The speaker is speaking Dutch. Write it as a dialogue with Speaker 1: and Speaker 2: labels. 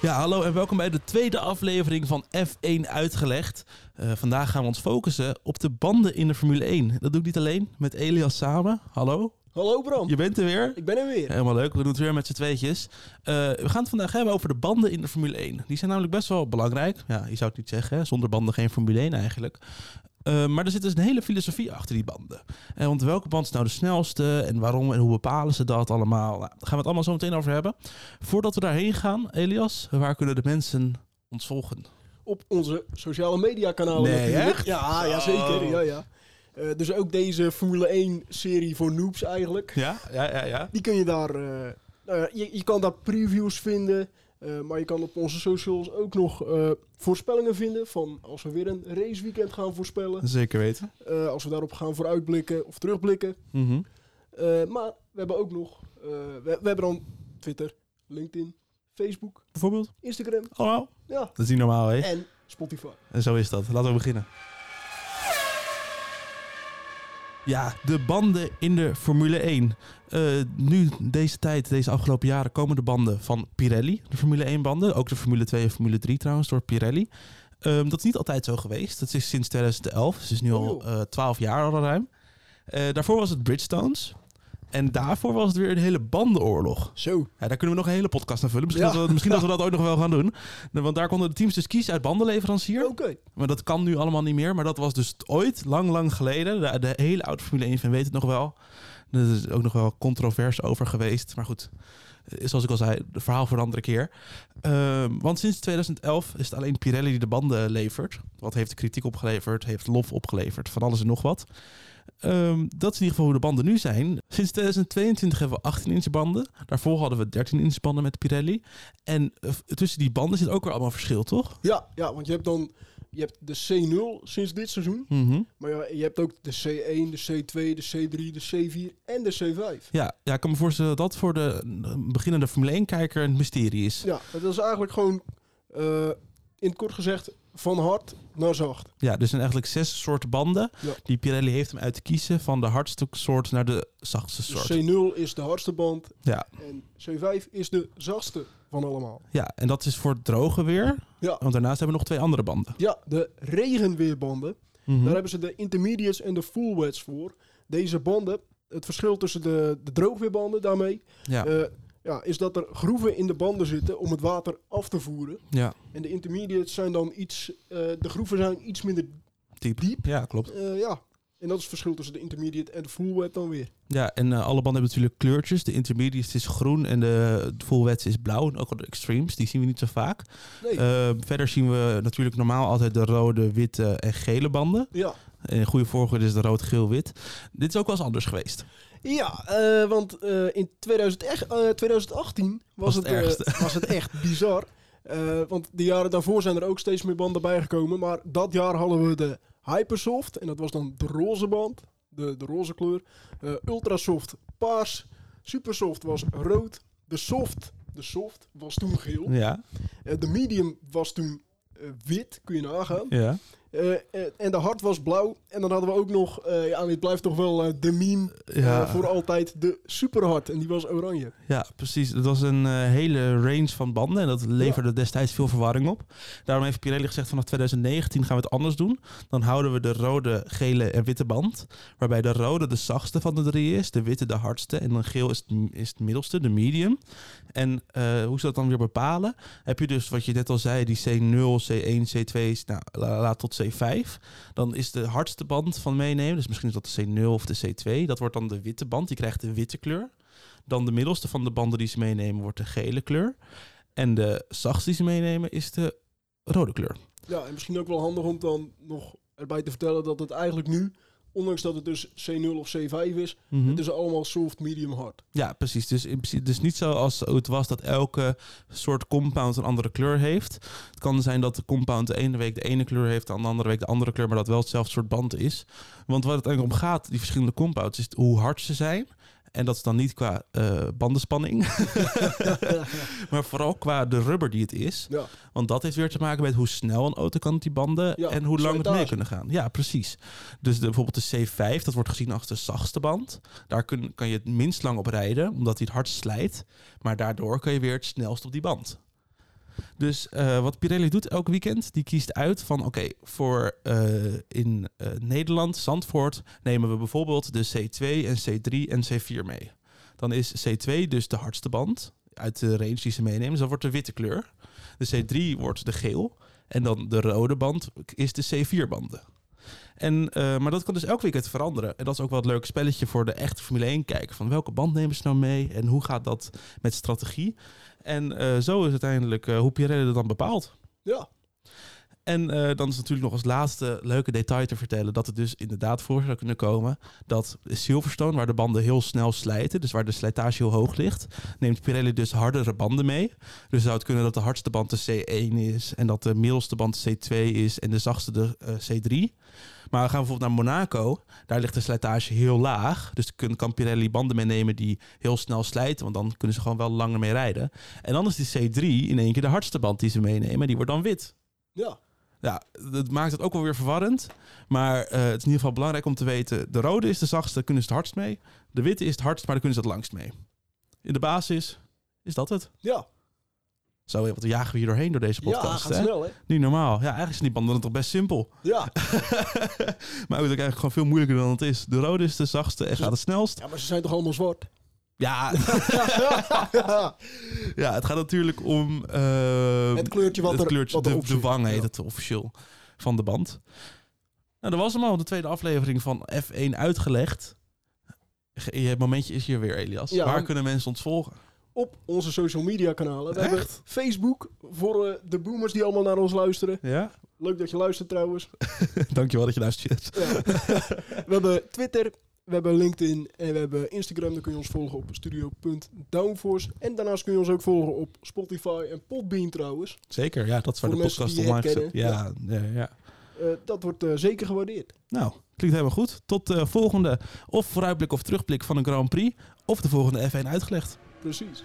Speaker 1: Ja, hallo en welkom bij de tweede aflevering van F1 Uitgelegd. Eh, vandaag gaan we ons focussen op de banden in de Formule 1. Dat doe ik niet alleen, met Elias samen. Hallo,
Speaker 2: Hallo Bram,
Speaker 1: je bent er weer.
Speaker 2: ik ben er weer.
Speaker 1: Helemaal leuk, we doen het weer met z'n tweetjes. Eh, we gaan het vandaag hebben over de banden in de Formule 1. Die zijn namelijk best wel belangrijk. Ja, je zou het niet zeggen, hè? zonder banden geen Formule 1 eigenlijk. Eh, maar er zit dus een hele filosofie achter die banden. Eh, want welke band is nou de snelste en waarom en hoe bepalen ze dat allemaal? Nou, daar gaan we het allemaal zo meteen over hebben. Voordat we daarheen gaan, Elias, waar kunnen de mensen ons volgen?
Speaker 2: Op onze sociale media kanalen
Speaker 1: Nee,
Speaker 2: natuurlijk.
Speaker 1: echt? Oh.
Speaker 2: Ja, ja zeker. Ja, ja. Eh, dus ook deze Formule 1 serie voor noobs eigenlijk.
Speaker 1: Ja, ja, ja, ja.
Speaker 2: Die kun je daar... eh, nou ja, je, je kan daar previews vinden. eh, maar je kan op onze socials ook nog eh, voorspellingen vinden. Van als we weer een raceweekend gaan voorspellen.
Speaker 1: Zeker weten. Mhm.
Speaker 2: eh, als we daarop gaan vooruitblikken of terugblikken. Eh, maar we hebben ook nog... eh, we, we hebben dan Twitter, LinkedIn, Facebook,
Speaker 1: Bijvoorbeeld?
Speaker 2: Instagram.
Speaker 1: Allemaal?
Speaker 2: Ja.
Speaker 1: Dat is niet normaal, hè?
Speaker 2: En Spotify.
Speaker 1: En zo is dat. Laten we beginnen. Ja, de banden in de Formule 1. Eh, nu, deze tijd, deze afgelopen jaren, komen de banden van Pirelli. De Formule 1 banden. Ook de Formule 2 en Formule 3 trouwens, door Pirelli. Ehm, dat is niet altijd zo geweest. Dat is sinds 2011. Dus het is nu al
Speaker 2: Oh.
Speaker 1: eh 12 jaar al ruim. Eh, daarvoor was het Bridgestones. En daarvoor was het weer een hele bandenoorlog.
Speaker 2: Zo.
Speaker 1: Ja, daar kunnen we nog een hele podcast aan vullen. Misschien,
Speaker 2: Ja.
Speaker 1: dat, we, misschien dat we dat ook nog wel gaan doen. Want daar konden de teams dus kiezen uit bandenleverancier.
Speaker 2: Oké.
Speaker 1: Maar dat kan nu allemaal niet meer. Maar dat was dus ooit, lang, lang geleden. De, de hele oude Formule 1 fan weet het nog wel. Er is ook nog wel controvers over geweest. Maar goed, eh, zoals ik al zei, het verhaal voor een andere keer. Ehm, want sinds 2011 is het alleen Pirelli die de banden levert. Wat heeft kritiek opgeleverd, heeft lof opgeleverd, van alles en nog wat. Ehm, dat is in ieder geval hoe de banden nu zijn. Sinds 2022 hebben we 18-inch banden. Daarvoor hadden we 13-inch banden met Pirelli. En eh, f- tussen die banden zit ook weer allemaal verschil, toch?
Speaker 2: Ja, ja, want je hebt dan je hebt de C0 sinds dit seizoen.
Speaker 1: Mhm.
Speaker 2: Maar ja, je hebt ook de C1, de C2, de C3, de C4 en de C5.
Speaker 1: Ja, ja, ik kan me voorstellen dat dat voor de eh, beginnende Formule 1-kijker een mysterie is.
Speaker 2: Ja, dat is eigenlijk gewoon, eh, in het kort gezegd, van hard naar zacht.
Speaker 1: Ja, er zijn eigenlijk zes soorten banden
Speaker 2: Ja.
Speaker 1: die Pirelli heeft om uit te kiezen. Van de hardste soort naar de zachtste
Speaker 2: Dus
Speaker 1: soort.
Speaker 2: C0 is de hardste band
Speaker 1: Ja.
Speaker 2: en C5 is de zachtste van allemaal.
Speaker 1: ja, en dat is voor het droge weer.
Speaker 2: Ja.
Speaker 1: Want daarnaast hebben we nog twee andere banden.
Speaker 2: Ja, de regenweerbanden.
Speaker 1: Mhm.
Speaker 2: Daar hebben ze de intermediates en de full wets voor. Deze banden, het verschil tussen de, de droogweerbanden daarmee...
Speaker 1: ja.
Speaker 2: Eh, ja, is dat er groeven in de banden zitten om het water af te voeren.
Speaker 1: ja,
Speaker 2: En de intermediates zijn dan iets, eh, de groeven zijn iets minder
Speaker 1: diep.
Speaker 2: diep.
Speaker 1: Ja, klopt.
Speaker 2: eh, ja. En dat is het verschil tussen de intermediate en de full wet dan weer.
Speaker 1: Ja, en eh, alle banden hebben natuurlijk kleurtjes. De intermediates is groen en de full wets is blauw. En ook al de extremes, die zien we niet zo vaak.
Speaker 2: Nee,
Speaker 1: Eh, verder zien we natuurlijk normaal altijd de rode, witte en gele banden.
Speaker 2: ja.
Speaker 1: In goede volgorde is de rood, geel, wit. Dit is ook wel eens anders geweest.
Speaker 2: Ja, eh, want eh, in 2000 echt- eh, 2018 was,
Speaker 1: Was het
Speaker 2: het, eh,
Speaker 1: ergste.
Speaker 2: was het echt bizar. Eh, want de jaren daarvoor zijn er ook steeds meer banden bijgekomen. Maar dat jaar hadden we de Hypersoft. En dat was dan de roze band. De, de roze kleur. Eh, Ultrasoft paars. Supersoft was rood. De soft, de soft was toen geel.
Speaker 1: Ja,
Speaker 2: Eh, de medium was toen eh, wit. Kun je nagaan.
Speaker 1: ja.
Speaker 2: Eh, eh, en de hard was blauw. En dan hadden we ook nog... eh, ja, dit blijft toch wel eh, de meme
Speaker 1: Ja,
Speaker 2: eh, voor altijd de superhard. En die was oranje.
Speaker 1: ja precies. Het was een eh, hele range van banden. En dat leverde destijds veel verwarring op. Daarom heeft Pirelli gezegd vanaf 2019 gaan we het anders doen. Dan houden we de rode, gele en witte band. Waarbij de rode de zachtste van de drie is. De witte de hardste. En dan geel is het, is het middelste, de medium. En eh, hoe ze dat dan weer bepalen? Heb je dus wat je net al zei, die C0, C1, C2, nou, la- laat tot C5. Dan is de hardste band van meenemen, dus misschien is dat de C0 of de C2. Dat wordt dan de witte band, die krijgt de witte kleur. Dan de middelste van de banden die ze meenemen wordt de gele kleur. En de zachtste die ze meenemen is de rode kleur.
Speaker 2: Ja, en misschien ook wel handig om dan nog erbij te vertellen dat het eigenlijk nu, ondanks dat het dus C0 of C5 is,
Speaker 1: Hm?
Speaker 2: het is allemaal soft, medium, hard.
Speaker 1: Dus, Ja, precies. Dus, in principe, dus niet zo als het was dat elke soort compound een andere kleur heeft. Het kan zijn dat de compound de ene week de ene kleur heeft, en de andere week de andere kleur, maar dat wel hetzelfde soort band is. Want waar het eigenlijk om gaat, die verschillende compounds, is hoe hard ze zijn. En dat is dan niet qua eh, bandenspanning, maar vooral qua de rubber die het is.
Speaker 2: Ja,
Speaker 1: Want dat heeft weer te maken met hoe snel een auto kan op die banden
Speaker 2: Ja,
Speaker 1: en hoe lang het mee
Speaker 2: slijtage.
Speaker 1: kunnen gaan. Ja, precies. Dus de, bijvoorbeeld de C5, dat wordt gezien als de zachtste band. Daar kun, kan je het minst lang op rijden, omdat hij het hard slijt. Maar daardoor kan je weer het snelst op die band. Dus eh, wat Pirelli doet elk weekend, die kiest uit van oké, voor eh, in eh, Nederland, Zandvoort, nemen we bijvoorbeeld de C2 en C3 en C4 mee. Dan is C2 dus de hardste band uit de range die ze meenemen. Dus dat wordt de witte kleur. De C3 wordt de geel. En dan de rode band is de C4-banden. En, eh, maar dat kan dus elk weekend veranderen. En dat is ook wel het leuke spelletje voor de echte Formule 1-kijker. Van welke band nemen ze nou mee en hoe gaat dat met strategie? En eh, zo is uiteindelijk eh, hoe Pirelli dat dan bepaalt.
Speaker 2: Ja,
Speaker 1: En eh, dan is natuurlijk nog als laatste leuke detail te vertellen dat het dus inderdaad voor zou kunnen komen dat Silverstone, waar de banden heel snel slijten, dus waar de slijtage heel hoog ligt, neemt Pirelli dus hardere banden mee. Dus zou het kunnen dat de hardste band de C1 is en dat de middelste band de C2 is en de zachtste de eh, C3. Maar we gaan bijvoorbeeld naar Monaco, daar ligt de slijtage heel laag, dus kun- kan Pirelli banden meenemen die heel snel slijten, want dan kunnen ze gewoon wel langer mee rijden. En dan is die C3 in één keer de hardste band die ze meenemen en die wordt dan wit.
Speaker 2: ja.
Speaker 1: Ja, dat maakt het ook wel weer verwarrend. Maar eh, het is in ieder geval belangrijk om te weten... de rode is de zachtste, daar kunnen ze het hardst mee. De witte is het hardst, maar daar kunnen ze het langst mee. In de basis is dat het.
Speaker 2: Ja,
Speaker 1: Zo, wat jagen we hier doorheen door deze
Speaker 2: ja
Speaker 1: podcast.
Speaker 2: gaat
Speaker 1: hè?
Speaker 2: snel, hè?
Speaker 1: Niet normaal. Ja, eigenlijk zijn die banden dan toch best simpel.
Speaker 2: Ja.
Speaker 1: maar ook eigenlijk gewoon veel moeilijker dan het is. De rode is de zachtste en gaat het snelst.
Speaker 2: ja, maar ze zijn toch allemaal zwart?
Speaker 1: Ja,
Speaker 2: Ja.
Speaker 1: ja het gaat natuurlijk om... eh,
Speaker 2: Het kleurtje wat
Speaker 1: het
Speaker 2: er
Speaker 1: kleurtje,
Speaker 2: wat
Speaker 1: de,
Speaker 2: erop
Speaker 1: de
Speaker 2: zit.
Speaker 1: wang heet
Speaker 2: Ja.
Speaker 1: het officieel van de band. Nou, dat was hem al, de tweede aflevering van F1 uitgelegd. Ge- Je momentje is hier weer, Elias.
Speaker 2: Ja.
Speaker 1: Waar kunnen mensen ons volgen?
Speaker 2: Op onze social media kanalen. We
Speaker 1: Echt?
Speaker 2: hebben Facebook voor eh, de boomers die allemaal naar ons luisteren.
Speaker 1: Ja?
Speaker 2: Leuk dat je luistert trouwens.
Speaker 1: Dankjewel dat je luistert. Jess.
Speaker 2: Ja. we hebben Twitter, we hebben LinkedIn en we hebben Instagram. Daar kun je ons volgen op studio.downforce. En daarnaast kun je ons ook volgen op Spotify en Podbean trouwens.
Speaker 1: Zeker, ja, dat is waar
Speaker 2: Voor
Speaker 1: de
Speaker 2: mensen
Speaker 1: podcast
Speaker 2: die het
Speaker 1: online staat. Ja,
Speaker 2: kennen.
Speaker 1: ja, ja.
Speaker 2: Eh, dat wordt eh, zeker gewaardeerd.
Speaker 1: Nou, klinkt helemaal goed. Tot eh, de volgende of vooruitblik of terugblik van een Grand Prix... of de volgende F1 uitgelegd.
Speaker 2: Precies.